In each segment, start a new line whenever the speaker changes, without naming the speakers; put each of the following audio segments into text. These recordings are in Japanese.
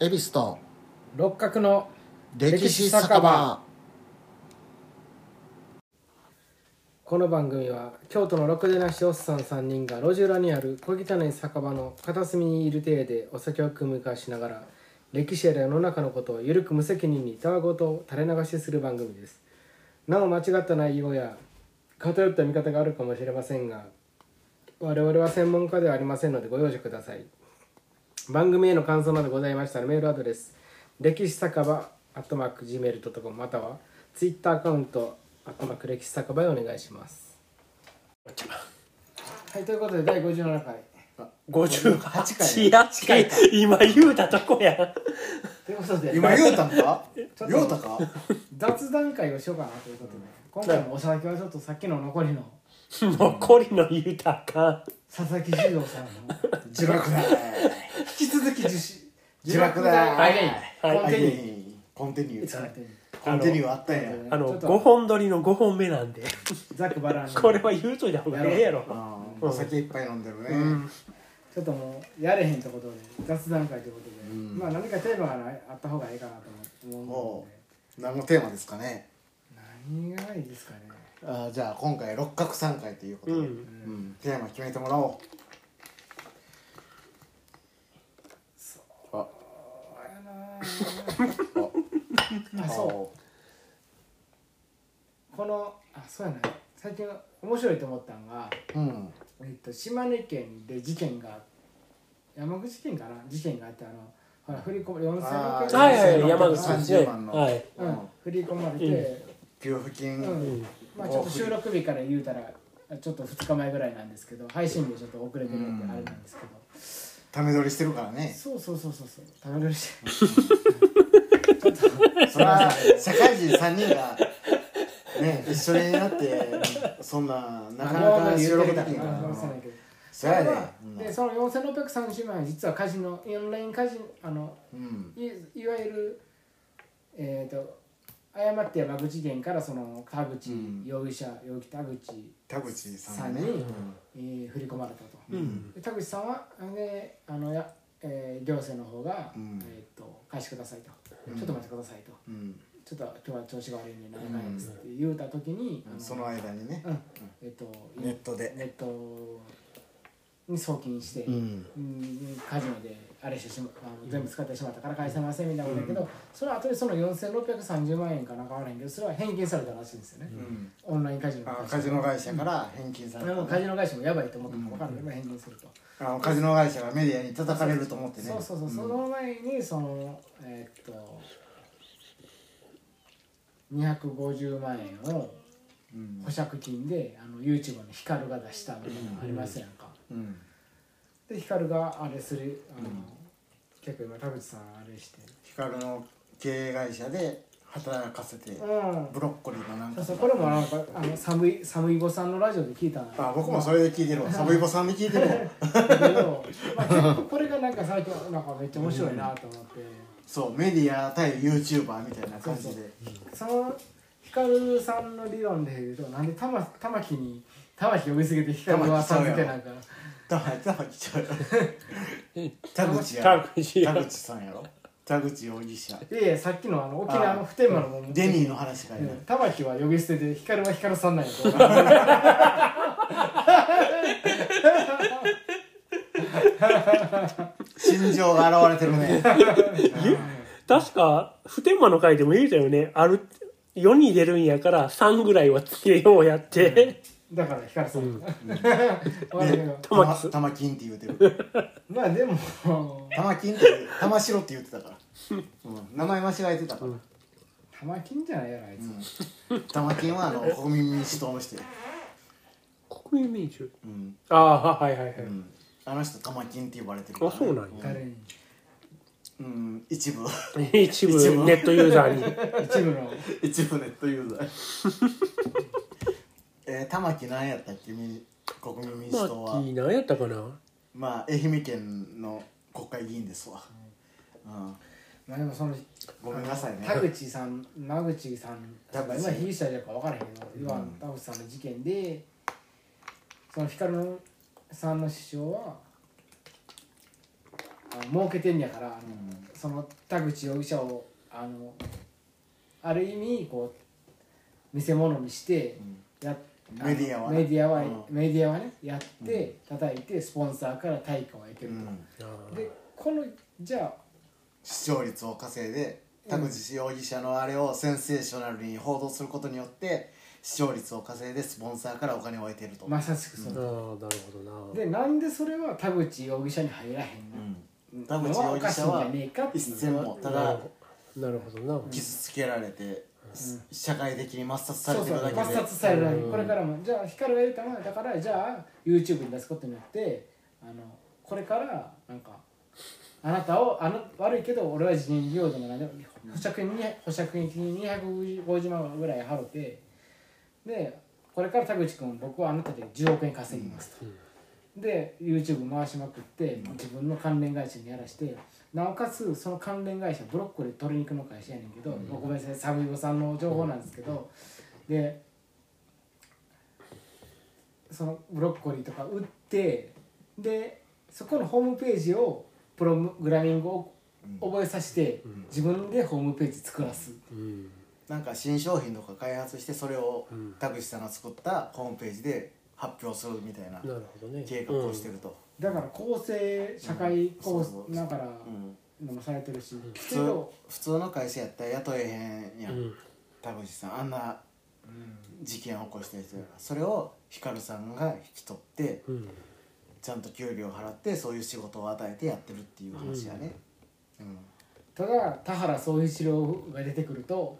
恵比寿と
六角の
歴史酒場
この番組は京都のろくでなしおっさん3人が路地裏にある小汚い酒場の片隅にいる体でお酒を組み交わしながら歴史や世の中のことをゆるく無責任にたわごとを垂れ流しする番組ですなお間違った内容や偏った見方があるかもしれませんが我々は専門家ではありませんのでご容赦ください番組への感想などございましたらメールアドレス歴史酒場アットマーク Gmail.com またはツイッターアカウントアットマーク歴史酒場へお願いしますはいということで第57回
58やって今言うたとこやん
ということで
今言うたんか
ちょっと
言うたか
雑談会をしようかなということ で今回もお酒はちょっとさっきの残りの
残りの言うたらあかん
佐々木修道 さんの
自爆だ
引き続き 自主
自爆だ
はい
はい
コンティニュー
コンティニュ
いつかやっ
ー
てみる
コンティニューあったんや
あ
ちょ
の
っと
5本撮りの5本目なんで
ざっくばらんに
これは言うといた方がええやろ
うんお酒いっぱい飲んでるね
ちょっともうやれへんってことで雑談会ということで、
うん
まあ何かテーマがないあった方がいいかなと思
も
う
う何のテーマですかね
ので何がいいですかね
あーじゃあ今回六角三回ということで
う
うんんテーマ決めてもらおう
あそうこのあそうやな最近面白いと思ったのが、
ううん
えっと、島根県で事件が山口県かな事件があってあのほら振り込まれ
あ
4600
ー
はいはいはい山口さんね
3630番の
はい
うん、振り込まれて、
給付金
う
うんん
まあ、ちょっと収録日から言うたらちょっと2日前ぐらいなんですけど配信日ちょっと遅れてるんであれなんですけど、
ため取りしてるから ね
そうそうそうそうそう食べれるし
それは社会人3人がね一緒になってそんななかなか収録できんからなそ
そ
り
れ
ゃやで
はでその4630万円実はカジノオンラインカジノあの
うん
いいわゆるえっ、と誤って山口県からその田口
うん
容疑者、容疑田口、
田口さんね
さ
う
んに
ん
えー振り込まれたと、
うん
で田口さんはねあのや、えー行政の方が、
うん
えー、と返してくださいと、
うん
ちょっと待ってくださいと
うん
ちょっと今日は調子が悪いんで長いですって言うた時に、あの
その間にね
うんえっと、
ネットで
ネットに送金して、う、
うんん
カジノであれしてしまあの全部使ってしまったから返せませんみたいなことだけど、その後でその4630万円かなんかわからへんけどそれは返金されたらしいんですよね、
うん
オンラインカジノ
あカジノ会社から返金され
でも
た
カジノ会社もやばいと思ったのか分かるけど、返金すると、
あのカジノ会社がメディアに叩かれると思ってね
そうそうそう、その前にそのえっと250万円を
うん
保釈金であの YouTube のヒカルが出したみたいなのありますやんか、
うん
でヒカルがあれするあの、結構今田口さんあれして
ヒカルの経営会社で働かせて
うん
ブロッコリーのなん
そ
か
うそうこれもなんかあの寒い寒いぼさんのラジオで聞いたんだ
あ僕もそれで聞いてるわサブイボさんで聞いてるわ
け ど、まあ、結構これがなんか最近なんかめっちゃ面白いなと思って、
そうメディア対 YouTuber みたいな感じ
そう
で
そのヒカルさんの理論で言うとなんで玉玉木に玉木呼びすぎてヒカルはさん付けなんか
だから頭来ちゃう よ田口や
田
ろ
口
田口さんやろ田口容疑 者
いやいやさっきのあの沖縄の普天間のもん
デニーの話がい
うん
な
玉木は呼び捨てで光は光さんなんやと
心情が現れてるね
確か普天間の回でも言うたよねある世に出るんやから3ぐらいはつけようやって
だから光さん、わかるけど
玉木
玉玉金って言うてる
まあでも
玉金って言う玉城って言ってたから、うん、名前間違えてたから、
玉金じゃないやろあいつ、
うん玉金はあの国民民主党の人や、
国民民主
うん
ああはいはいはい
うん、あの人玉金って呼ばれてるから
あそうなんや
誰に
うん一部
一部ネットユーザーに
一部の
一部ネットユーザー えー、玉木何やったっけみ国民民
ま
主党は
あ何やったかな
まあ愛媛県の国会議員ですわ、うん、
まあでもその
ごめんなさいね
田口さん間口さん
田口
今被疑者じゃか分からへんけど要は田口さんの事件でその光のさんの師匠はあの儲けてんやから、
うん
その田口容疑者をあのある意味こう見せ物にしてやっあの
メディアはね
メディアは、
うん
メディアはねやって叩いてスポンサーから対価を得て
う
ると、
ん
でこのじゃあ
視聴率を稼いで田口容疑者のあれをセンセーショナルに報道することによって視聴率を稼いでスポンサーからお金を得てると、
まさしくそ
ああ
の、
なるほどな
でなんでそれは田口容疑者に入らへん
うん
の
田口容疑者
おかしいんじゃねえか
は
って
一
いう
銭もただ
なるほどな
傷つけられて、社会的に抹殺され
そう
て
そ
る
う
だけで
抹殺されるだけこれからもじゃあ光が得たのはだからじゃあ YouTube に出すことによってあのこれからなんかあなたをあの悪いけど俺は辞任料でも何でも保釈金に保釈金に250万円ぐらい払ってでこれから田口君僕はあなたで10億円稼ぎますと、で YouTube 回しまくって自分の関連会社にやらしてなおかつその関連会社ブロッコリー鶏肉の会社やねんけど、ごめんなさいサムイボさんの情報なんですけど、でそのブロッコリーとか売ってでそこのホームページをプログラミングを覚えさせて、自分でホームページ作らす、
うん
なんか新商品とか開発してそれを
ん
田口さんが作ったホームページで発表するみたいな
なるほどね
計画をしてると、
だから公正社会
う
構
ん
成
そうそう
だから
うん
のもされてるし、き
普
ちん
通
と
普通の会社やったら雇えへんや、
うんん
田口さんあんな事件を起こしてる人やからそれをヒカルさんが引き取って
うん
ちゃんと給料を払ってそういう仕事を与えてやってるっていう話やね、うん
ただ田原総一郎が出てくると、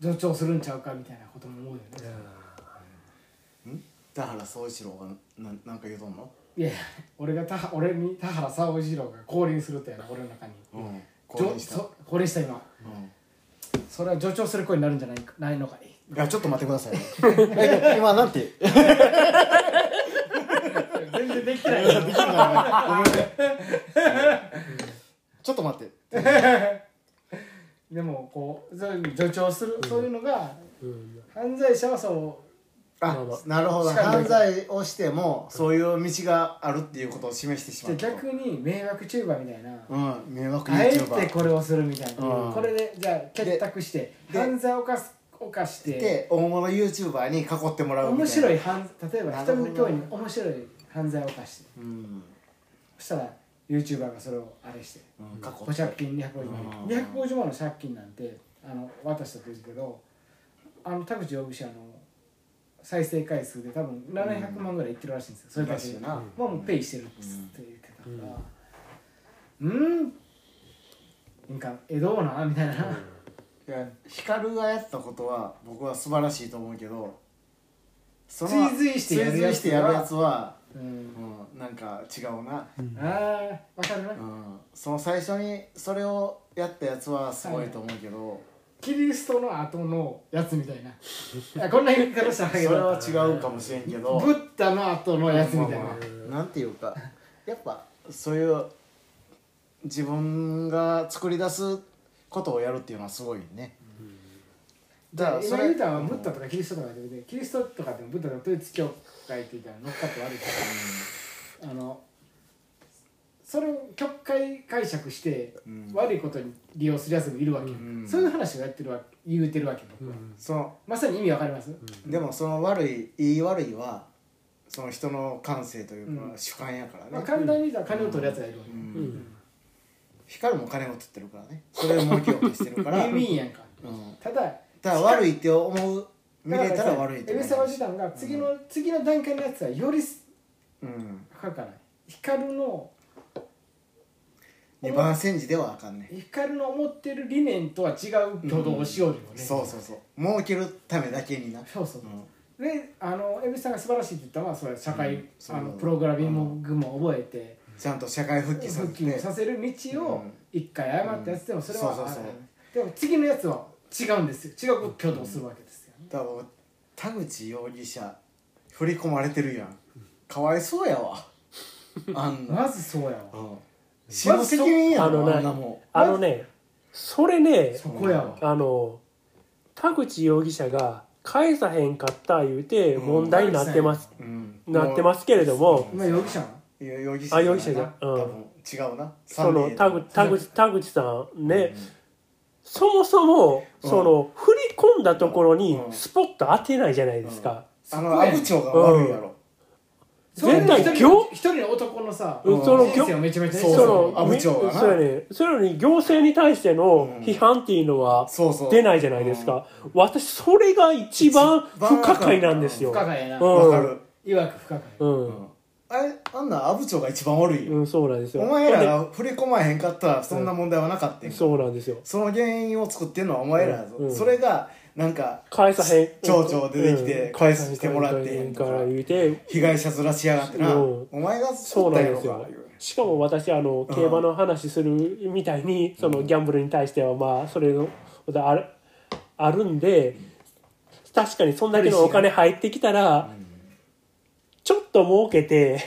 助長するんちゃうかみたいなことも思うよね、
ん田原総一郎がななんか言うとんの、
いやいや俺が田俺に田原総一郎が降臨するとやな俺の中に
うん、こうした、
じょそ降臨した今
うん
それは助長する声になるんじゃないかないのかい
いやちょっと待ってくださいね、 え今なんて
全然できてない
できるかなごめんねちょっと待って
でもこうそういう助長する、そういうのが
うん
犯罪者はそ
あ
まあまあ
なるほど
しかも
犯罪をしてもそういう道があるっていうことを示してしま
う
う
じゃあ逆に迷惑チューバーみたいな、
うん迷惑
あえ
YouTuber
てこれをするみたいな、
うん
これでじゃあ結託して
で
犯罪を犯す犯して
で大物 YouTuber に囲ってもらうみたいな
面白い犯例えば
な
人
るほ
の
ど
興味に面白い犯罪を犯して
うん、
そしたら YouTuber がそれをあれして
うん、過去
保釈金250
う
万
ん
250万の借金なんてあの渡したとですけどあの田口容疑者の再生回数で多分700万ぐらいいってるらしいんですよ、それだけで
らしいな
まあもうペイしてるっつって言ってたからうん、なんかえどうなみたいな、
いや光がやったことは僕は素晴らしいと思うけどそ
追随してやる
追
やつは
随してやるやつは、
うん
うん、なんか違うな、
ああ分かるな、
うん、その最初にそれをやったやつはすごいと思うけど、
キリストの後のやつみたい ないやこんな言い方したらあかんけ
それは
ど
違うかもしれんけど
ブッダの後のやつみたいな、
まあまあなんていうかやっぱそういう自分が作り出すことをやるっていうのはすごいね、だからそ
今
れ
言うたらブッダとかキリストとかでキリストとかでもブッダの統一教会っていうか乗っかって悪いけどあのそれを曲解解釈して
うん
悪いことに利用するやつもいるわけよ、
ん
そういう話をやってるわ言うてるわけ僕は、
その
まさに意味わかります、
でもその悪い言い悪いはその人の感性というか、
うん
主観やからね、
まあ、簡単に言うたら金を取るやつがいるわけ、
うん
うん
光も金を取ってるからねそれを儲けようとしてるから、
ウィンウィンやんか、
うん
ただ
ただ悪いって思う見れたら悪いと
エビ
思
サ
う
ワ時、が次の、次の段階のやつはより
うん、
かからない光の
二番煎じではあかんね、
光の思ってる理念とは違う挙動をしようよね、
そうそうそう儲けるためだけにな、
そうそううんであの蛭子さんが素晴らしいって言ったのはそれは社会、
うんそう
あのプログラミングも覚えて、
ちゃんと社会復帰させ
復帰も
て
させる道
う
を
ん
一回誤ったやつでもそれは、
うんそうそうそう
あれでも次のやつは違うんですよ違う挙動をするわけですよね、
多分田口容疑者振り込まれてるやんかわいそうや わあんな、
まずそうやわ、
うん、死の責任や
あ
ろ
のね
あんなもん
あのねそれね
そこやわ、
あの田口容疑者が返さへんかった言うて
うん
問題になってます、
うん
なってますけれども
今容疑者は
容疑者
あ容疑者じゃん
多
うん
分違うな
その田口田口田口さんね、そもそも
うん
その振り込んだところに
うん
スポット当てないじゃないですか、
あの阿武町が悪いやろ
絶対
それ一人の
行
一人の男のさ
うん
人
その
生をめちゃめちゃ
そう
そ
そう
の
阿武町がな
そうやねそれより行政に対しての批判っていうのは
そうそう
出ないじゃないですか、私それが一番
一番
不可解なんですよ
不可解やな
うん
わかる
いわく不可解
うん、
うんあれあんなん阿武町が一番悪いよ
うんそうなんですよ
お前らが振り込まへんかったらそんな問題はなかったんや
そうなんですよ
その原因を作ってんのはお前らやぞ、
うん
それがなんか
返さへん
町長出てきて
うん
返してもらってへんと
返
か
さへんから言うて
被害者ずらしやがってな、
うん
お前が
そう
作っ
な
た
ん
や
で
ろ
すよ
か言う
しかも私あの
うん
競馬の話するみたいにそのギャンブルに対してはまあそれのことあるあるんで確かにそんだけのお金入ってきたらちょっと儲けて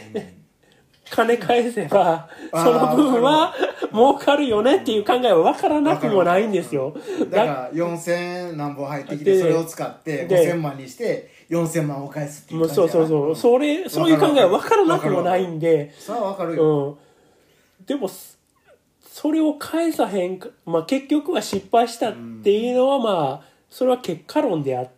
金返せば
あー
その分は儲かるよねっていう考えは分からなくもないんですよ
だから4000何本入ってきて
で
それを使って
で
5000万にして4000万を返すっていう
もう
感じ
そうそうそう、
う
それそういう考えは分からなくもないんで
それはわかるよ、
うん、でもすそれを返さへんか、まあ、結局は失敗したっていうのはまあそれは結果論であっ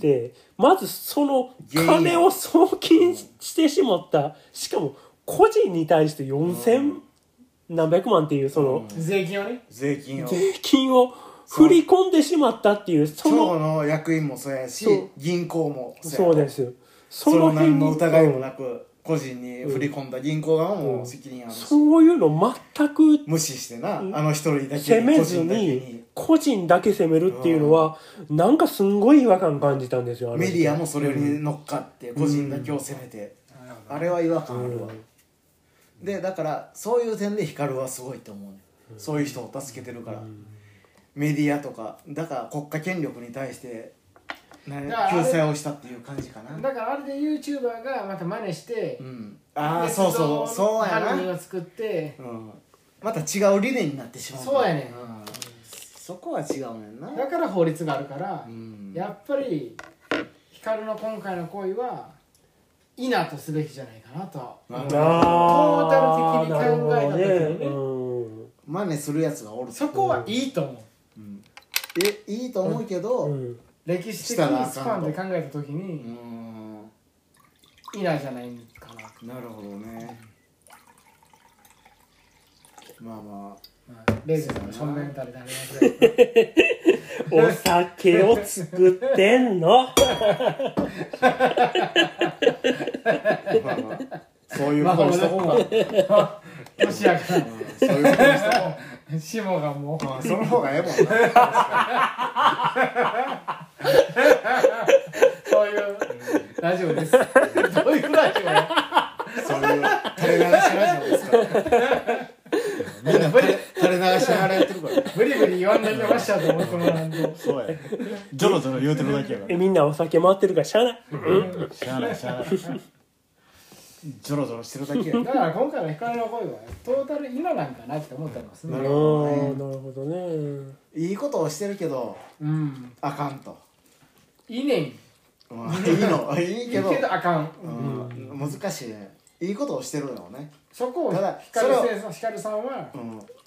て、まずその
原因
金を送金ししてしまったしかも個人に対して4,000何百万っていうその
税金をね
税金を
税金を振り込んでしまったっていうそ
町
の
の役員もそうやし
そう
銀行もや
そうですよ
そ
そ
の
辺
何
に
の疑いもなく個人に振り込んだ銀行側も責任あるし、
そういうの全く
無視してなあの一人だけ
攻
に
め
個
ず
人だけ
に
に
個人だけ攻めるっていうのはなんかすんごい違和感感じたんですよあの
メディアもそれに乗っかって個人だけを攻めて、あれは違和感あるわ、でだからそういう点で光はすごいと思うね、そういう人を助けてるから、メディアとかだから国家権力に対してな
だからあれ
救済をしたっていう感じかな
だからあれで YouTuber がまた真似して
うんああそうそうそうやな
犯人を作って
うんまた違う理念になってしまう
そうやねん
んそこは違うねんな
だから法律があるから
うん
やっぱり光の今回の行為はいいなとすべきじゃないかなとは思う
あ
トータル的に考えた時にね
なるほどね
真似するやつがおる
そこはいいと思う
えいいと思うけど
う
うん
ん
歴史
し
的
たらあかん
に
と
スパンで考えた時に
ん
いいなじゃないかな
なるほどねまあま
まあレイズさんの正面垂れ垂れますけど
お酒を作ってんの
あ まあまあそういうことにしとこうか
ロシアか
うんそういうことにしとこ
らシモがも
ううんその方がええもんな
うそういうラジオですどういうラジオや
そういう垂れ流しラジオです からみんな垂れ垂れ流しながらやってるから
ブリブリ言わんでましたと思ってもらうと
そうやジョロジョロ言うてるだけやか
えみんなお酒回ってるからしゃあない
らしゃあないしゃあないジョロジョロしてるだけや
だから今回の光の声はトータル今なんかなって思ったんです
あー
ね
なるほどね
いいことをしてるけど
うん
あかんと、
いいねんいい
うんいいのいい
け
けど
どあかん
うん、難しいねいいことをしてるのよね、
そこを
ただ
光
それ
さん光さんは
う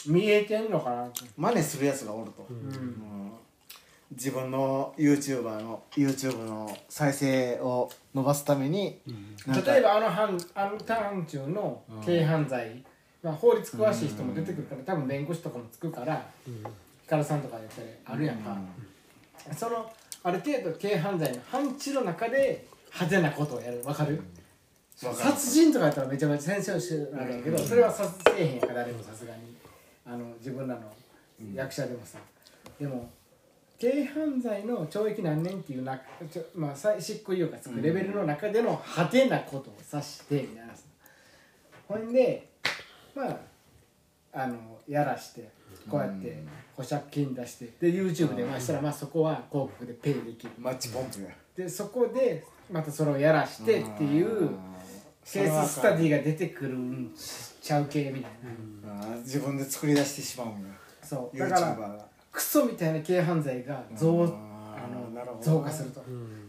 ん、
見えてんのかなって
真似するやつがおると、
うん
うん自分の YouTuber の YouTube の再生を伸ばすために、なんか
例えばあの犯あの短中の軽犯罪、まあ、法律詳しい人も出てくるから、多分弁護士とかもつくから、光さんとかやったりあるやんか、そのある程度軽犯罪の範疇の中で派手なことをやるわかる、
わかる
殺人とかやったらめちゃめちゃ戦争してるあれやけど、それは殺せえへんやから誰もさすがにあの自分らの役者でもさ、でも軽犯罪の懲役何年っていうなちょ、まあ、再執行猶予がつくレベルの中での派手なことを指してみたいなさほんでまああのやらしてこうやって保釈金出してで YouTube でまあしたらまあそこは広告でペイできる
マッチポンプや
でそこでまたそれをやらしてっていうケーススタディが出てくるんちゃう系みたいな、
うん自分で作り出してしまうんや
そうだ
YouTuber
から
が
クソみたいな軽犯罪が増
あー
あの
なるほど
増加すると、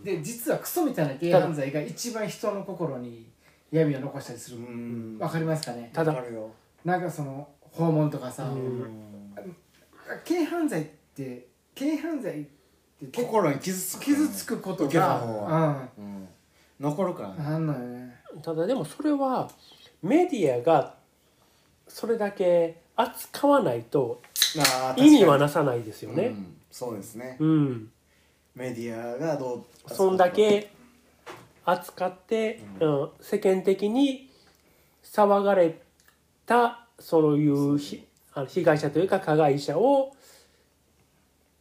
で実はクソみたいな軽犯罪が一番人の心に闇を残したりする
うん
わかりますかね
ただ
わかるよ
なんかその訪問とかさ、軽犯罪って軽犯罪って結構
心に傷つく
傷つくこと
受けた
が、
方は
う
うん残るから
ん、
ね
なんのよね
ただでもそれはメディアがそれだけ扱わないと
あー
意味は
確
なさないですよ
かにう
ね
んそうですね
うん、
メディアがどう
そんだけ扱って、うん世間的に騒がれたそういうひあの被害者というか加害者を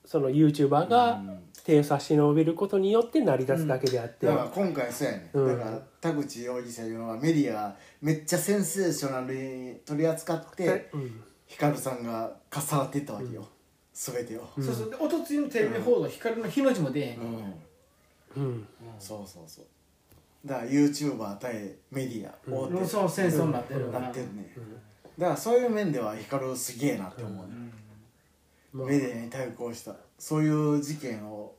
その YouTuber が手を差し伸べることによって成り立つだけであって、
だから今回そうやね、
うん
だから田口容疑者いうのはメディアがめっちゃセンセーショナルに取り扱って
うん
ヒカルさんがかさってったわけよ、全てを、
そうそうでおとついのテレビ報道、光の日の字も出えへん、
うん
うん
そうそうそうだから YouTuber 対メディア大手
のその戦争になってるよな
なってるね、だからそういう面ではヒカルすげえなって思うね、メディアに対抗したそういう事件を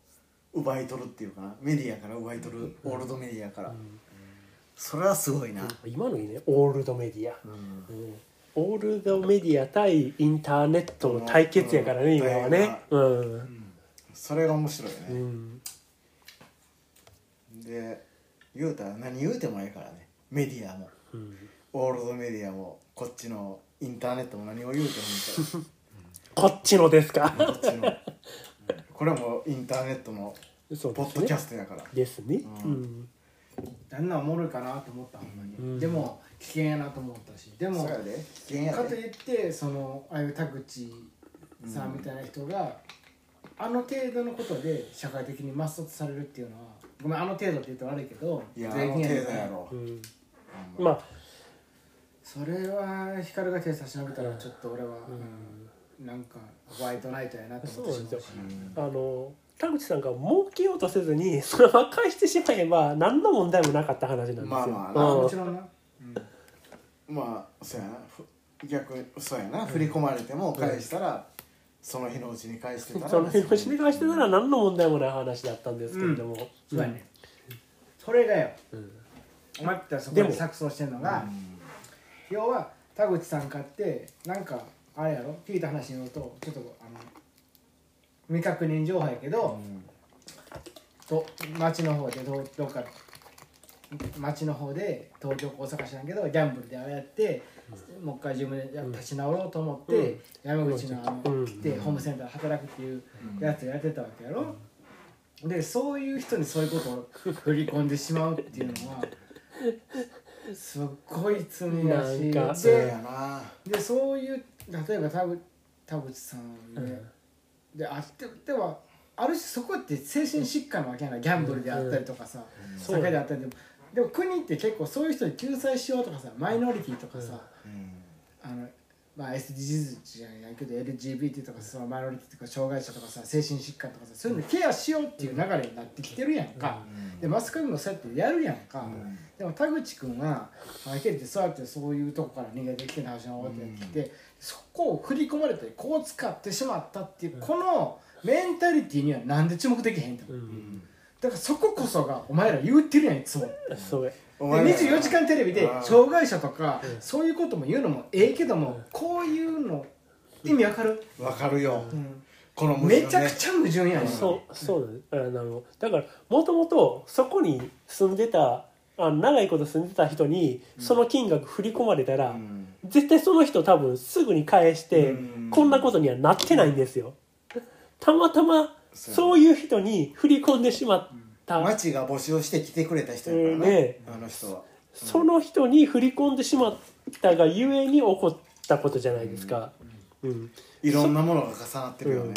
奪い取るっていうかなメディアから奪い取る、オールドメディアから、それはすごいな、
今のいいねオールドメディア、うんオールドメディア対インターネットの対決やからね、
うん
今はね、うん
それが面白いね、
うん
で言うたら何言うてもええからねメディアも
うん
オールドメディアもこっちのインターネットも何を言うても
こっちのですか
いいからこっち のこれもインターネットの
そう
ポ
で
ッ
す
ドキャ
ね
ストやから
ですね、う
うん
あんなんおもろいかなと思ったほんまに、
うん
でも危険やなと思ったしでも
そうやで危険や
かと
で
いってそのああいう田口さんみたいな人が、あの程度のことで社会的に抹殺されるっていうのはごめんあの程度って言うと悪いけど
いやあ
税
の
金
程
ね
度やろ
うんまあ
それは光が手差し伸べたらちょっと俺は、うんなんかホワイトナイトやなと思ってしまうし
そうあの田口さんが儲けようとせずに それ破壊してしまえば何の問題もなかった話なんですよ、
まあまあ
あ
な
うん
もちろんな、うん
まあそうやなふ逆にそうやな振り込まれても返したらその日のうちに返してたら
その辺を締め返してたら何の問題もない話だったんですけれども、
そうやね、それがよ、
ん
お前ってそこ
で
で
も
錯綜してるのが、要は田口さん買ってなんかあれやろ聞いた話によるとちょっとあの未確認情報やけど、と町の方でどうどっか町の方で東京か大阪市なんやけどギャンブルであれやって、もう一回自分でや立ち直ろうと思って、山口のあの、
うん
来てホームセンターで働くっていうやつをやってたわけやろ、でそういう人にそういうことを振り込んでしまうっていうのはすっごい罪だし
なんか
そう
で
やな
でそういう例えば田口田口さんで,、であってではある種そこって精神疾患なわけやないギャンブルであったりとかさ、
そう
酒であったりでもでも国って結構そういう人に救済しようとかさマイノリティとかさ、
うん
あのまあ SDGs じゃないけど LGBT とかそのマイノリティとか障害者とかさ精神疾患とかさそういうのケアしようっていう流れになってきてるやんか、でマスコミもそうやってやるやんか、でも田口君ははっきり言ってそうやってそういうとこから逃げてきて話が終わってきて、そこを振り込まれてこう使ってしまったっていう、このメンタリティーにはなんで注目できへんと思う、だからそここそがお前ら言ってるやんいつも。
そうや
お
で
前ら
24時間テレビで
あー
障害者とかそういうことも言うのもええけどもこういうの意味わかる、
わかるよこの矛盾ね
めちゃくちゃ矛盾やねん
そうそうだ,、あのだからもともとそこに住んでたあの長いこと住んでた人にその金額振り込まれたら、
うん
絶対その人多分すぐに返して、
うん
こんなことにはなってないんですよたまたま
そう
そういう人に振り込んでしまった、
町が募集して来てくれた人やから
ね
ねあの人は
その人に振り込んでしまったがゆえに起こったことじゃないですか、うん
いろんなものが重なってるよね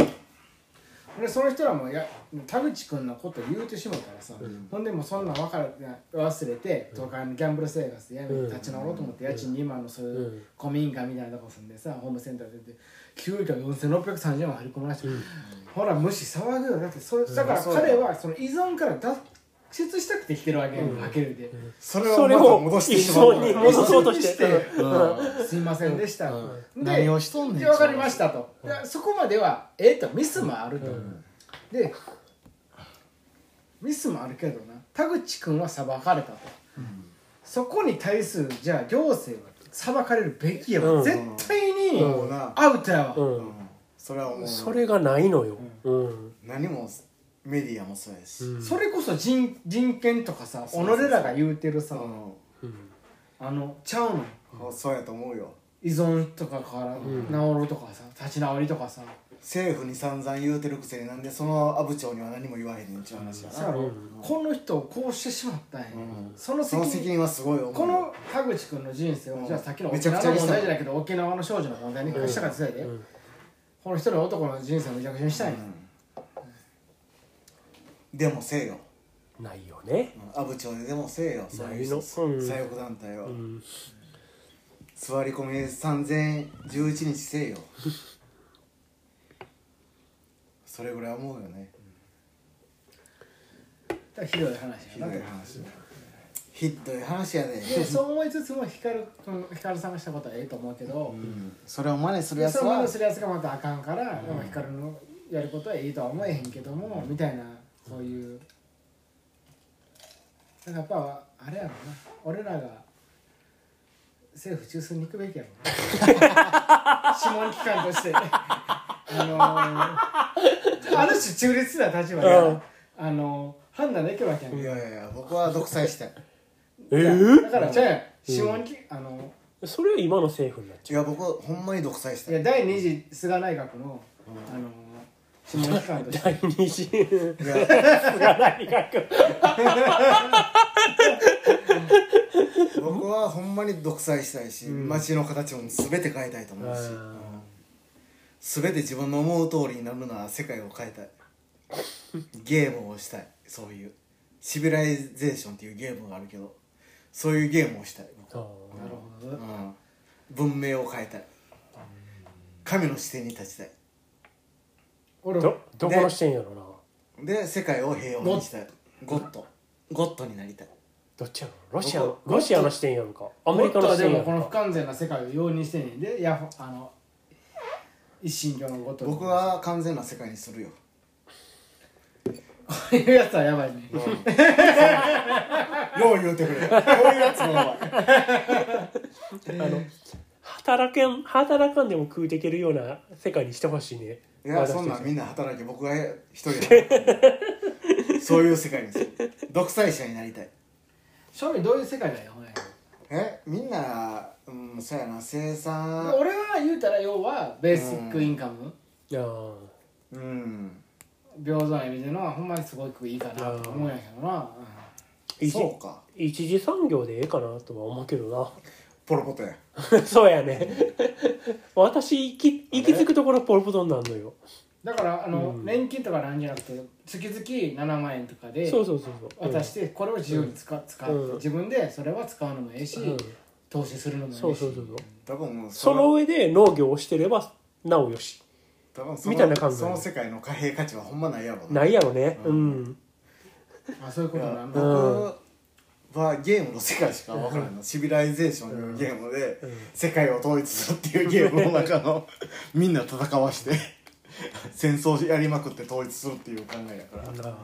俺その人らもや田口君のこと言うてしまうからさ、ほんでもうそんなん分から忘れて東海のギャンブル生活やめ
うん
て立ち直ろうと思って家賃2万のそういう
うん
古民家みたいなとこ住んでさホームセンターで出て給料4630万張り込まれて、ほら無視騒ぐよだってそれだから
そうだ
彼はその依存から脱出したくて来てるわけやんかけるで。
それ
そ
を
れ
また
を
戻して
一
しまう
緒に戻そうとして
うん
すいませんでした、で
何をしとんねん
で分かりましたと、いやそこまではええとミスもあると、でミスもあるけどな田口君は裁かれたと、そこに対するじゃあ行政は裁かれるべきやわ、
うん
絶対に
思うな
アウトやわ、
う
うん
ん
それは思う
それがないのようん
何もメディアもそうやし、
うん
それこそ人人権とかさ己
そうそうそう
らが言うてるさ
う
うん
あのちゃうの
んそうやと思うよ
依存とかから治るとかさ、立ち直りとかさ、
政府に散々言うてるくせになんでその阿武町には何も言わへんねんっちゅう話や
そうや
な、
ろ
うん
この人をこうしてしまったんや、
うん
その
そ
責
の
任
責任はすごい思う
この田口君の人生を、
うん
じゃあさっきの
め
沖
ちゃく
縄
ちゃ
の
にし
問
た
題じゃないけど沖縄の少女の問題に関したから伝えて、
うん
この一人の男の人生をめちゃくちゃにしたいん
う
や、
んでもせえよ
ないよね
うん阿武町ででもせえよそういう
ない
人
の
左
うん
翼団体は、
うん
座り込み3011日せえよそれぐらい思うよね
だからひどい話
ひ
や
ど
ない
話ひどい話やで、
でそう思いつつも光る君光さんがしたことはええと思うけど、
うん、それを真似する
で
やつ
その
は
真似するやつがまたあかんから、でも光のやることはいいとは思えへんけども、みたいなそういうだからやっぱあれやろな俺らが政府中枢に行くべきやろな諮問機関としてあのー、ある種中立な立場で、
うん
あのー判断できるわけやん、
いやいやいや僕は独裁したい
え
いや
ー
だからじゃあ諮問機、あのー
それは今の政府になっち
いや僕ほんまに独裁し
い
たい
や第二次菅内閣の、あの諮問機関とし
ゃう
て
第二次菅
い や
内 閣
僕はほんまに独裁したいし、
ん
街の形も全て変えたいと思うし、
う
うんん、全て自分の思う通りになるなら世界を変えたいゲームをしたいそういうシビライゼーションっていうゲームがあるけどそういうゲームをしたい僕
あ
は、
ー
なるほど
うん、文明を変えたい神の視点に立ちたい
俺
どどこの視点やろな
で世界を平和にしたいゴッドゴッドになりたい
どっちやろロシアのロシアの視点やろかアメリカ
ゴッド
の
は
視
で
点や
もこの
ろ
不
か
完全な世界を容認してんねんでヤフあの一神教のこと
僕は完全な世界にするよ
こういうやつはやばいね
よう言うてくれよこういうやつもお前
働けん働かんでも食うていけるような世界にしてほしいね
いや、
私たち
そんなんみんな働け僕が一人でそういう世界にする独裁者になりたい
庶民どういう世界だよほんや
えみんなうんそうやな生
で
産
俺は言うたら要はベーシックインカム
あー
うん
平等な意味でのはほんまにすごくいいかなと思うんやけどな
一
そうか
一次産業でええかな とは思うけど
ポロポトや
なそうやね私行き行き着くところポルポトになんのよ
だからあの
うん
年金とかなんじゃなくて月々7万円とかで
そうそうそうそう
渡してこれを自由に使,、う使って
うん
自分でそれは使うのもええし、
うん
投資するのもええし
そうそうそうそう
多分
その上で農業をしてればなおよし
多分その
みたいな感じ
その世界の貨幣価値はほんまないやろな
ないやろねう、
うん
あそういう
い
ことな
や
んだ、
僕はゲームの世界しか分からんのシビライゼーションのゲームで世界を統一するっていうゲームの中の みんな戦わして 戦争やりまくって統一するっていう考えやから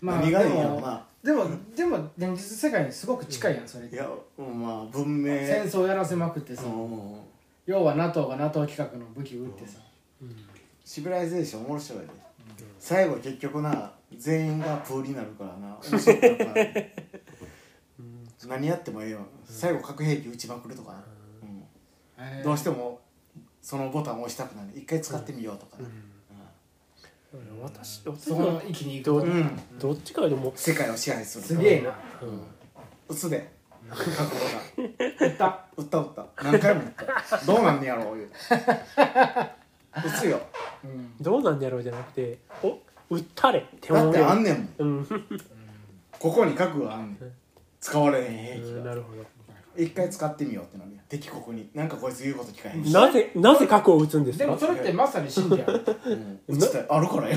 まあ
何がいいんや
で
ろ
も
な
でもでも現実世界にすごく近いやんそれっ
い
て
やうんまあ文明
戦争やらせまくってさ、
うん
要は NATO が NATO 企画の武器売ってさ、
シビライゼーション面白いで、最後結局な全員がプーになるから な面白いからな何やってもええよ、最後核兵器撃ちまくるとかな、うん
えー
どうしてもそのボタンを押したくなる一回使ってみようとかね、
うん私私
そこの
は
域に行
ど
くと
うん
どっちかでも
世界を支配する
すげえな
打つで覚悟が
言った
打った打った何回も打ったどうなんねやろう言う打つよ
うん
どうなんやろうじゃなくてお売ったれ手
だ
物
ってあんねんもん
うん
ここに核があんねん使われへん兵器
うん
が
なるほど
一回使ってみようってなるやん敵国になんかこいつ言うこと聞かへんし、
なぜなぜ核を打つんです
でも
か
それってまさに真理やろ
うん、打ちたいあるからよ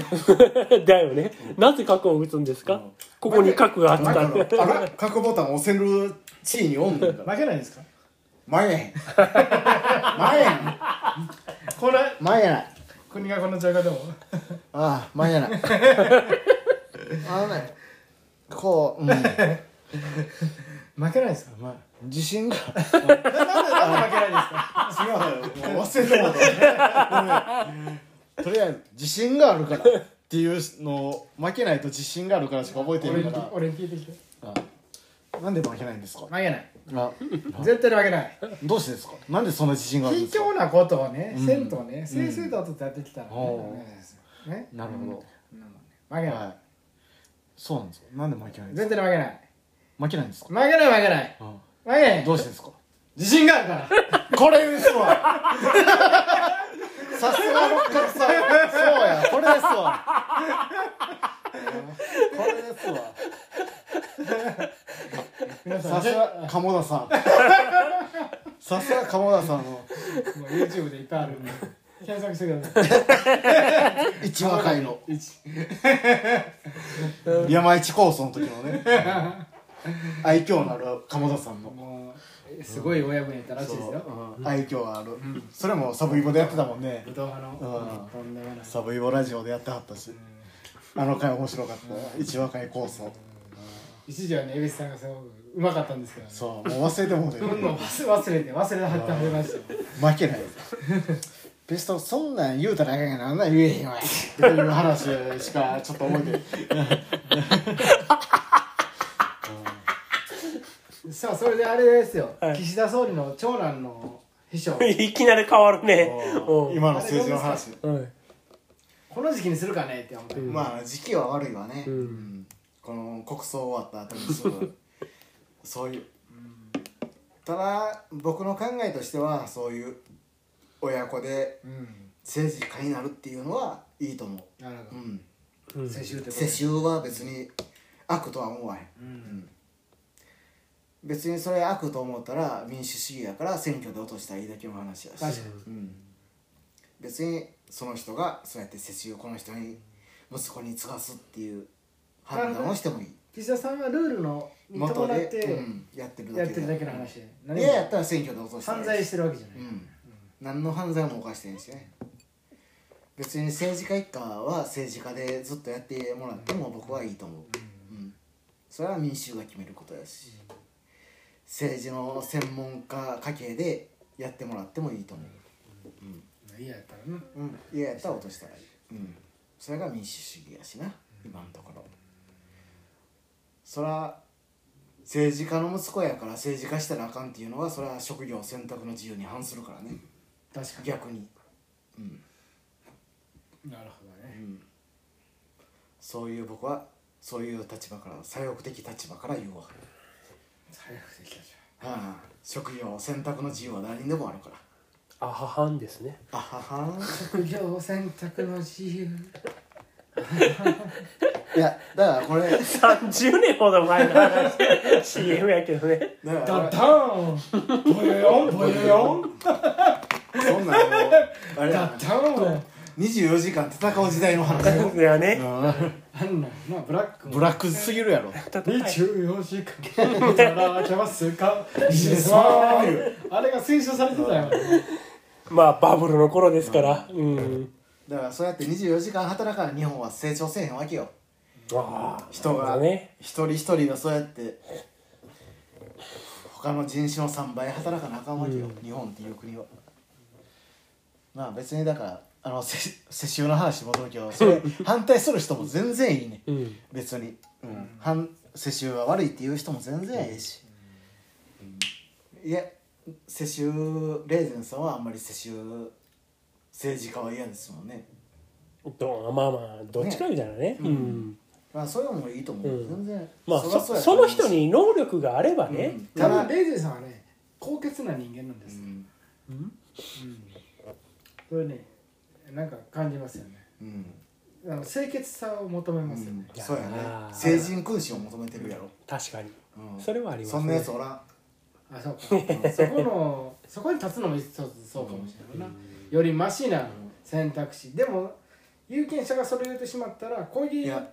だよねなぜ核を打つんです
う
か
ん
ここに核があっ
だ
た
からあら核ボタン押せる地位におんねん から
負けないんですか
前へん前へん
この
前へない
国がこの中でも
ああ前へないあのねこううん
負けないんですか
まあ
自信が
なんで負けないんですか
違うよもう忘れてもうた
とりあえず自信があるからっていうのを負けないと自信があるからしか覚えてないから
俺に聞いてきて
うんなんで負けないんですかああなどん
投げない
う
絶対負けない
してですかなんでそんな自信があるん
卑
ですか
怯なことをね
うん
せんとね正々堂々とやってきたらねね
なるほ
負け
ど
な
はいそうなんですよなんで負けないん
い
です
絶
か
対負けない
負けないんですか
負けない負けない
うん
負けない
どうしてですか
自信があるから
これですわ さすが六角さんそうやこれですわこれですわ
皆さ
さ
ん
す
ね
が鴨田さんさすが鴨田さんの
もう YouTube でいっぱいあるんで検索してください
一話会の
一
山一構想の時のね愛嬌のある鴨田さんの
もうすごい親分やったらしいです
そう
よ
うん愛嬌あるそれもサブイボでやってたもんね
武道派の
う
とんでもない
サブイボラジオでやってはったしあの回面白かった一話会構想
一時はね蛭子さんがすごくうまかったんですけどね
そうもう忘れてもうて
どんどん忘れ忘れて忘れはってはりましたよ
負けないベストそんなん言うたらあかんやなあんなん言えへんわっていう話しかちょっと思えて
さあそれであれですよ、
はい
岸田総理の長男の秘書
いきなり変わるねうん
今の政治の話
うん
この時期にするかねって思って、
まあ時期は悪いわね、
ん
うんこの国葬終わった後にすぐそういう、ただ僕の考えとしてはそういう親子で
うん
政治家になるっていうのはいいと思
なるほ
う、う
ど、
ん、
世襲ってこと
世襲は別に悪とは思わへん、
うん
別にそれ悪と思ったら民主主義やから選挙で落としたらいいだけの話やし
確か
うん、別にその人がそうやって世襲をこの人に息子に継がすっていう判断をしてもいい
岸田さんはルールのに
元
伴っ
で、
て
うん、やってるだ
やっ
け
てるだけの話で、何
い
も
ややったら選挙で落としたらい
犯
い
罪してるわけじゃない、
うん、何の犯罪も犯してないしね別に政治家一家は政治家でずっとやってもらっても僕はいいと思う、うん、それは民衆が決めることやし政治の専門家家系でやってもらってもいいと思う
いややったらな
うん、いややったら落としたらいい、うん、それが民主主義やしな今のところそら政治家の息子やから政治家したらあかんっていうのはそれは職業選択の自由に反するからね
確か
逆に、うん
になるほど
う
ね
ん、そういう僕はそういう立場から左翼的立場から言うわ、
最悪できたじ
ああ、職業選択の自由は何にでもあるから
あははんですね
あははん
ゃん職業選択の自由
いやだからこれ
30年ほど前の話 CM やけ どね
だから
ダダーンボヨヨンボヨヨン
そんなのあれや
ダ
な
ダーン
24時間戦う時代の話
いやね
あんなんなブラックも
ブラックすぎるやろ
24時間働けますかシスマイルあれが推奨されてたよ
まあバブルの頃ですからうん
だからそうやって24時間働かない日本は成長せえへんわけよ
わあ
人が
だね
一人一人がそうやって他の人種の3倍働かなあかんわけよ、日本っていう国はまあ別にだからあの世世襲の話戻るけどそれ反対する人も全然いいね、
うん
別に、うん、反世襲は悪いっていう人も全然ええし、いや世襲レーゼンさんはあんまり世襲政治家は嫌ですもんね、
どうまあまあどっちかみたいなねうん
まあそれもいいと思う、
う
全
ん
然
まあ
りゃ
そう
やと
そ
思
の
うし
人に能力があればね
うん
た
た
だ
だ、
レイゼさんはね高潔な人間なんで
う
す
ん
それねなんか感じますよね
うん
あの清潔さを求めますよね
そうやね
あー
成人君子を求めてるやろ、
確かに
うん
それはありますね
そんなやつおらん
あそうかそこの そこに立つのも一つそうかもしれないなよりマシな選択肢でも有権者がそれを言ってしまったらこうい
いうや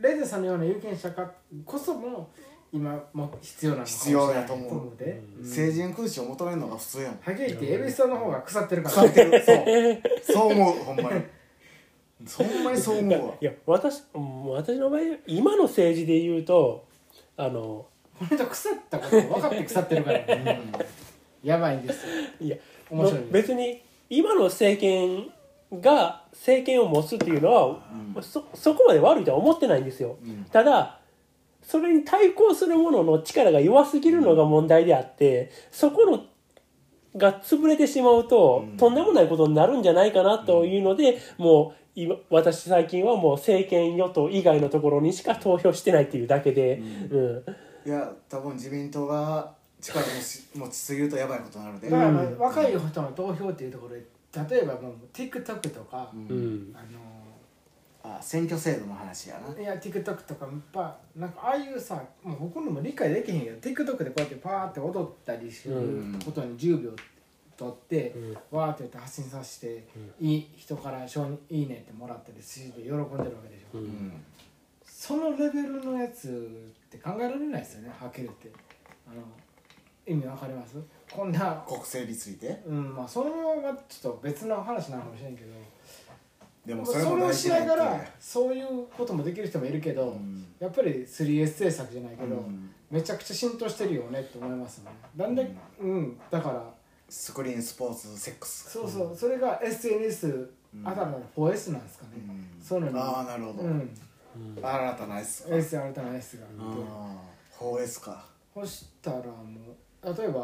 レイゼさんのような有権者かこそも今も必要なのかもしれない
必要やと思う
ので
成人君子を求めるのが普通やもん
はっきり言って蛭子さんの方が腐っ てるから
腐ってるそうそう思うほんまにほんまにそう思うわ
いや私うん私の場合今の政治で言うとあの
この人腐ったこと分かって腐ってるから、やばいんですよ
いや
面白いです
別に今の政権が政権を持つっていうのは、そそこまで悪いとは思ってないんですよ、ただそれに対抗する者の力が弱すぎるのが問題であってそこのが潰れてしまうと、とんでもないことになるんじゃないかなというので、もう今私最近はもう政権与党以外のところにしか投票してないっていうだけで、うん
いや多分自民党が力持ち持ちすぎるとやばいことになるで、
だから、まあ若い人の投票っていうところで例えばもう TikTok とか、
うん
あ
あ選挙制度の話やな
のいや TikTok とかやっぱなんかああいうさもう僕のも理解できへんけど TikTok でこうやってパーって踊ったりする
うん
ことに10秒取って、
うん
わーってやって発信させて、いい人から承認「いいね」ってもらったりして喜んでるわけでしょ、
う
うんん
そのレベルのやつって考えられないですよねはっきり言ってあの意味わかりますこんな
国政について
うんまあそれはちょっと別の話なのかもしれんけど
でも
まあ
そ
そ
れ
れ
も
を
大
し
事
な
だ
が
よ
らそういうこともできる人もいるけど、
うん
やっぱり 3S 政策じゃないけど、
うん
めちゃくちゃ浸透してるよねって思いますねだんだんうん、だから
スクリーンスポーツセックス
そうそうそれが SNS
ん
あたらの 4S なんですかね、
うん
そういうのに
ああなるほど、
うん
新たな S か
S 新たな S が、
ああ 4S か
そしたらもう例えば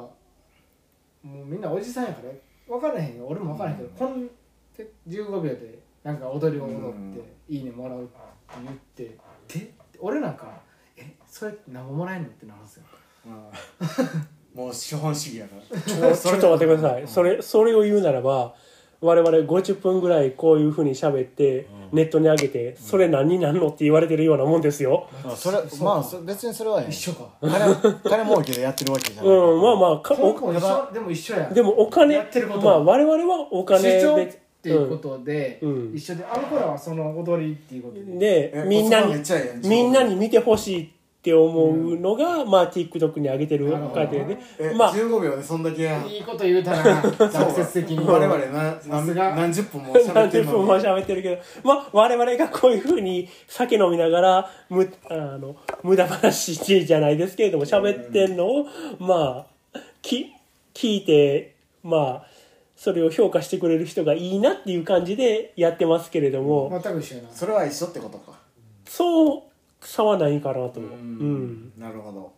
もうみんなおじさんやから分からへんよ俺も分からへんけど、こんで15秒でなんか踊りを踊って「
うん
いいねもらう」って言ってで俺なんか「えそれって何ももらえんの?」ってなるんですよ
もう資本主義やから
ちょちょっと待ってください。それ、それを言うならば、我々50分ぐらいこういうふうに喋って、ネットに上げて、それ何になんのって言われてるようなもんですよ。
あそれまあそ別にそれはええ
一緒か
金金儲けでやってるわけじゃない
うん、まあまあ、か
香
お
港一緒でも一緒や
でもお金、
やってること
まあ我々はお金
市場っ
で、
ていうことで、
うん
一緒であの頃はその踊りっていうことで、
で
え、
みんな
お世話めっ
に、
ちゃええや
みんなに見てほしいって思うのが、まあ TikTok に上げてる
なるほど
過程で
え、
まあ、
15秒でそんだけ
いいこと言うた ら直接的に
我々な
さすが
何何十分も喋
何
って
十
るの
分
に
も喋ってるけど、まあ、我々がこういうふうに酒飲みながらむあの無駄話じゃないですけれども喋ってんのを、まあ、き聞いて、まあ、それを評価してくれる人がいいなっていう感じでやってますけれども、
全く一緒やな
それは一緒ってことか
そう差はないかなと思う。うん
なるほど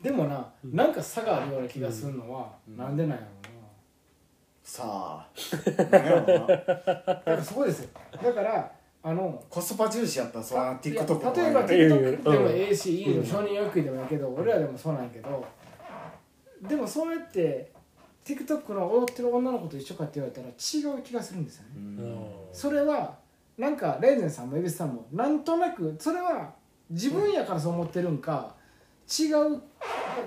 でもな、なんか差があるような気がするのは、なんでなんやろ
さあ なんやろな
うなだからそこですよだからあの
コスパ重視やったらそら
たいや
TikTok も
例えば
いやいやいや
TikTok でもええし、いいの承認欲求でもやけど、俺らでもそうなんやけどでもそうやって TikTok の踊ってる女の子と一緒かって言われたら違う気がするんですよね、それはなんかレイゼンさんも蛭子さんもなんとなくそれは自分やからそう思ってるんか、違う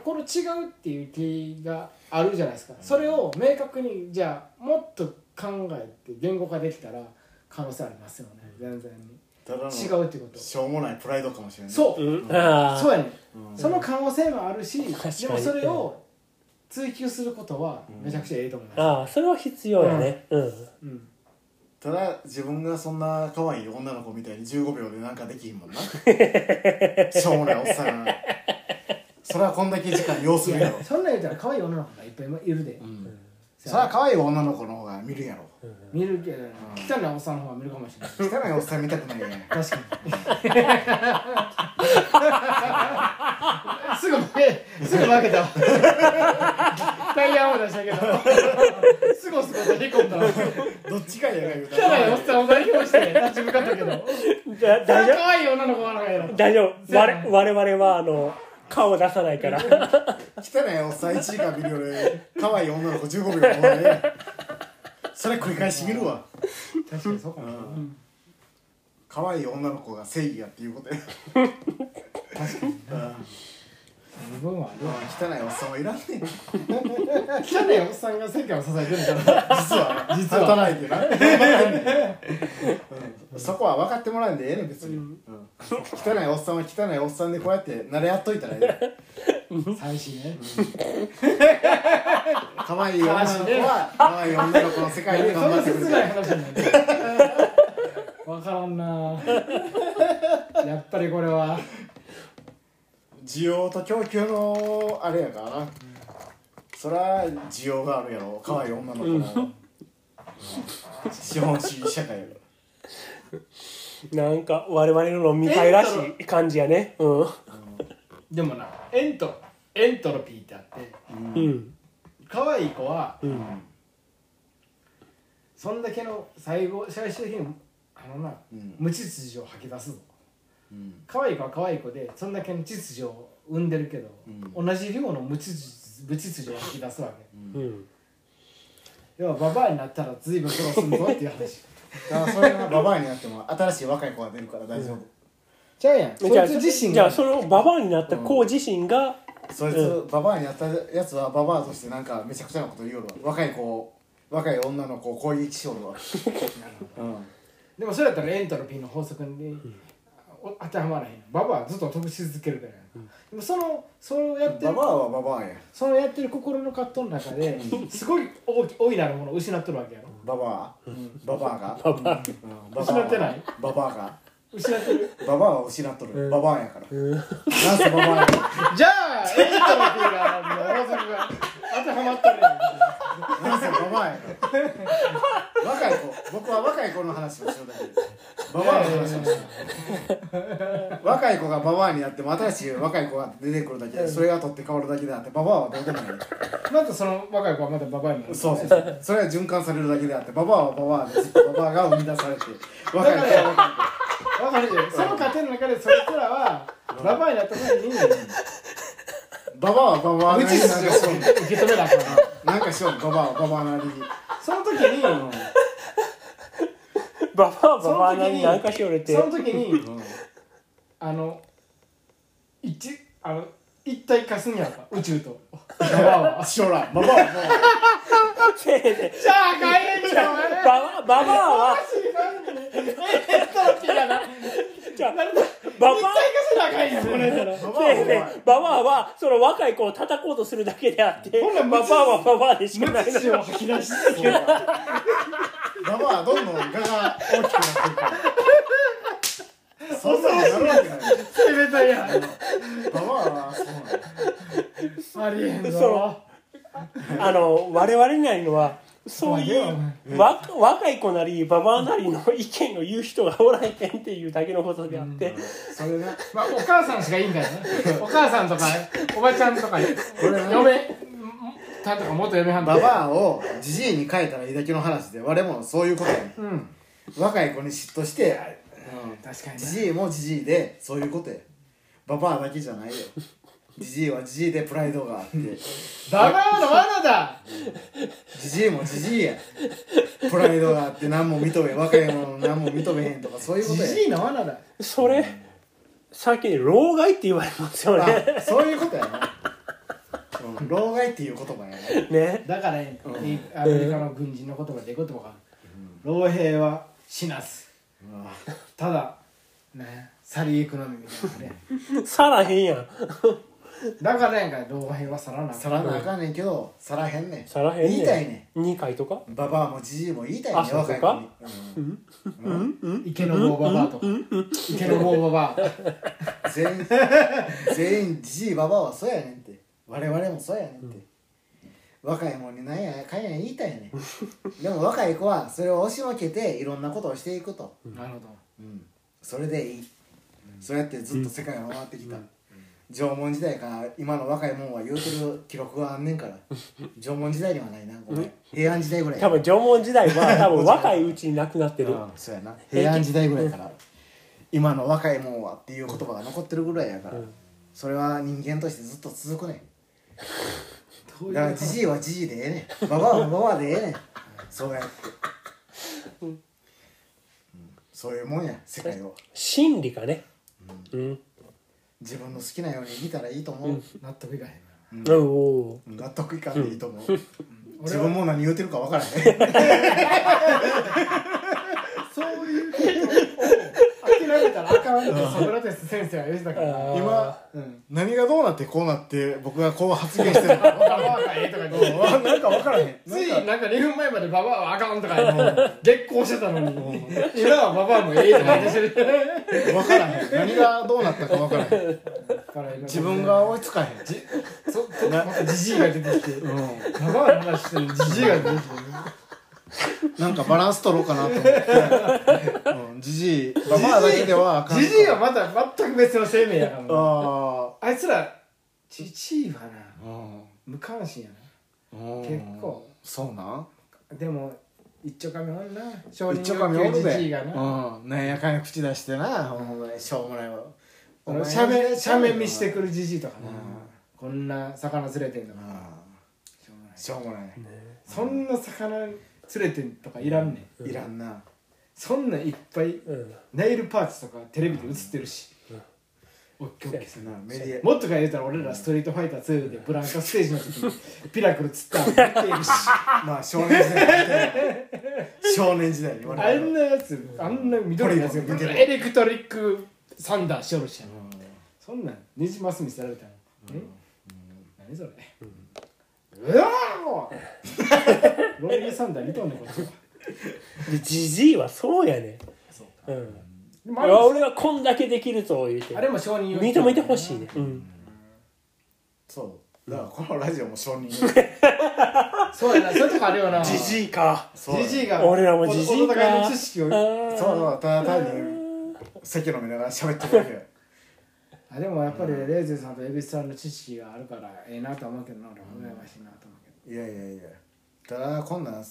この違うっていう気があるじゃないですか、それを明確にじゃあもっと考えて言語化できたら可能性ありますよね全然に
ただの
違うってこと
しょうもないプライドかもしれない
そう、
うんあ
そうや
ー
ねん、その可能性もあるし
確かに
でもそれを追求することはめちゃくちゃええと思います、
あーそれは必要やね、うん
うん
ただ自分がそんな可愛い女の子みたいに15秒でなんかできひんもん なしょうもないおっさんそれはこんだけ時間要す
い
るやろ
やそんなん言うたら可愛い女の子がいっぱいいるで、
それは可愛い女の子の方が見るやろ
見るけど汚いおっさんの方が見るかもしれな
汚
い
いおっさん見たくないやん
確かにすぐ負けすぐ負けたわタイヤオーダーしたけどすごすごとへこんだわ
どっちがやが言うた
汚いおっさんを代表して立ち向かったけど
じゃあ大丈夫
可愛い女の子はなんかやろ
大丈夫
そうや
我
ね
々我々はあの顔を出さないから。
汚いおっさん1時間見るより可愛い女の子15秒の方がええやんそれ繰り返し見るわ
確かにそうかもしれない
可愛い女の子が正義やっていうことや
部分はある
汚
わ
いおっさんはいらんねん
汚いおっさんが世界を支えてるから
実は実は働いてな、うん、そこは分かってもらうんでええねん別に、うん汚いおっさんは汚いおっさんでこうやって慣れ合っといたらええねん
寂しいね
可愛い女の子 は可愛い女の子の世界で
そ
頑
ん
張
な
ってく
切
れ
ない
て
話なんだ分からんなやっぱりこれは
需要と供給のあれやからな、そりゃ需要があるやろ可愛い女の子の、資本主義社会やから
なんか我々の飲み会らしい感じやねうん
でもなエントエントロピーってあって
うん
可愛い子は
うん
そんだけの最後最終的にあのな、
うん
無秩序を吐き出すぞ
うん
可愛い子は可愛い子でそんだけの秩序を生んでるけど、
うん
同じ量の無秩序無秩序を吐き出すわけ
うん
要はババアになったら随分苦労 するぞっていう話
だからそれがババアになっても新しい若い子が出るから大丈夫、
ちゃうやんそい
じゃあ
つ自身
じゃ
が
あそのババアになった子自身が
そいつ、ババアになったやつはババアとしてなんかめちゃくちゃなこと言うよるわ若い子を若い女の子を攻撃しよる わ、うん、
でもそれやったらエントロピーの法則に、お当てはまらへんババアはずっと得し続けるからやん、でもそのそうやって
バ
る
バアはババアや
そのやってる心の葛藤の中ですごい大き大いなるものを失っとるわけやろ
ババア、ババアが
ババ
うん
失ってない
ババアが
失ってる
ババアは失っとる、ババアやから、なんせババアや
じゃあエントロピーがもう法則が当てはまっとるやん
なんせババアやから若い子僕は若い子の話をしようだけでババアの話をしよう若い子がババアになっても新しい若い子が出てくるだけでそれが取って変わるだけであってババアはどうでもいい
またその若い子はまたババアになる
そうそうそうそれは循環されるだけであってババアはババアでずっとババアが生み出されて若い子は若い子
わかるよその過程の中でそいつらはババアになった時に
ババアはババア
無
なり
秩
になん
序
かしよ
を受け止めなあかんな
うなんかしようババアはババアなりに
その時に
ババアババアに何かしおれて
その時にあの一あの一体化すんやんか宇宙 とババアは
しょらババアはもう
せーで
じゃあ帰れんじゃんお前
ババババアはじゃあババア
ババア
せ
は
やね
もう
ババアはその若い子を叩こうとするだけであって
ほんなら
ババアはババアでしか
無
ない
秩序を
の
吐き出し
ババアはどんどん我が大きくなっていくからそんなのなるわけない
冷たいや
ババアはそうなの
んありえん
そ
ぞ
のあの我々になるのはそういうわ若い子なりババアなりの意見を言う人がおらへんっていうだけのことであって
それな
まあお母さんしかいいんだよねお母さんとかおばちゃんとか嫁たんとか元嫁はんと
バ
か
バアをじじいに変えたらいいだけの話で我もそういうことやね
うん
若い子に嫉妬して
確かに
じじいもじじいでそういうことやババアだけじゃないよじじいはじじいでプライドがあって
ババアの罠だ
じじいもじじいやプライドがあって何も認め若い者の何も認めへんとかそういうこと
じ
や
じいの罠だ
それ最近老害って言われますよね
あそういうことやな、うん、老害っていう言葉やな
ね
だからねアメリカの軍人の言葉で言う言葉がある老兵は死なすただね去りゆくのみみたいなね
さらへんやん
だからやんか老兵は去らな
さらなあかんねんけどさらへんねん
さらへん
言いたいね
2回とか
んババアもじじいも言いたいね
あ
ん
そう
若い子に、うん
池の棒ババアとか池の棒ババア
全員全員じじいばばあはそうやねんって我々もそうやねんって、若いもんになんやかんや言いたいねんでも若い子はそれを押し負けていろんなことをしていくと、
なるほど
うんそれでいい、そうやってずっと世界を回ってきた、縄文時代から今の若いもんは言うてる記録はあんねんから縄文時代にはないなごめん平安時代ぐらい
多分縄文時代は多分若いうちに亡くなってる
うんそうやな平安時代ぐらいから今の若いもんはっていう言葉が残ってるぐらいやから、それは人間としてずっと続くねんだからじじいはじじいでええねんばばあはばばあでええねんそうやって、うんそういうもんや世界を
心理がねうん
自分の好きなように生きたらいいと思う、
納得いかへん
うんおー
納得いかんでいいと思う、 自分も何言うてるか分からへん
そういうことを諦めたらあかんってソクラテス先生が言ってたから
今
うん
何がどうなってこうなって僕がこう発言してるの
バ
か
バアがええとか言って
わなんか分からへん
ついなんか2分前までババアはあかんとか言って激高してたのに今はババアもええとか言ってる
分からへん何がどうなったか分からへん
からいろいろ
自分が追いつかへん
じそこまたじじいが出てきて
う
長い話してるじじいが出てきて
んなんかバランス取ろうかなと思ってうんじじいババアだけではあかん
じじいはまだ全く別の生命やからもう
あ
あいつらじじいはな
あうん
無関心や
うん
結構
そうなん
なでも一丁神おるな承
一
認
丁紙
欲
お
求
る
じじい
で
がな
うんなんやかんや口出してな
ほんまにしょうもないわ
あの斜面斜面見して
る
くるじじいとかなこんな魚釣れてんとかしょうがない
しょうもない
そんな魚釣れてんとかいらんねん
いらんな
そんなんいっぱい
うん
ネイルパーツとかテレビで映ってるし、オッケーオッケー
なメディ
もっとか言うたら俺ら「ストリートファイター2」でブランカステージの時にピラクル釣ったの見てるし
アまあ少年時代少年時代に我
あん
々
なやつあんな緑のや
ポ
つ
リゴン見て
が
る
エレクトリックサンダーしよるしやんそんなんニジマス見せられたの、え何それ、うわーロンリーサンダー見とんねんこっちは
でじじいはそうやねんうん
でも
い
あ
や
れ
俺はこんだけできるぞ言うて
もあれも承認欲求
認めてほしいねうん
そうだからこのラジオも承認
そうやなそういうとこあるよな
じじいか
そう
じじいが
俺らもじじい
おお互い
か
の知識を
そう
あ
そうただ単に酒飲みながら喋ってるだけよ
あでもやっぱりレイゼさんと蛭子さんの知識があるからええなと思うけどな俺も羨ましいなと思うけど
いやいやいやただこんなん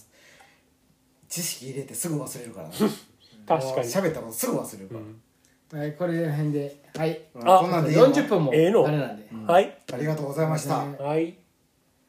知識入れてすぐ忘れるからな
確
も
か
う
に
喋ったことすぐ忘れるから、
はい、これ辺で、はい、
うんこんなんでいいの
40分もあ
ええ
れ
の
なんで、
はい
ありがとうございました、
うん
はい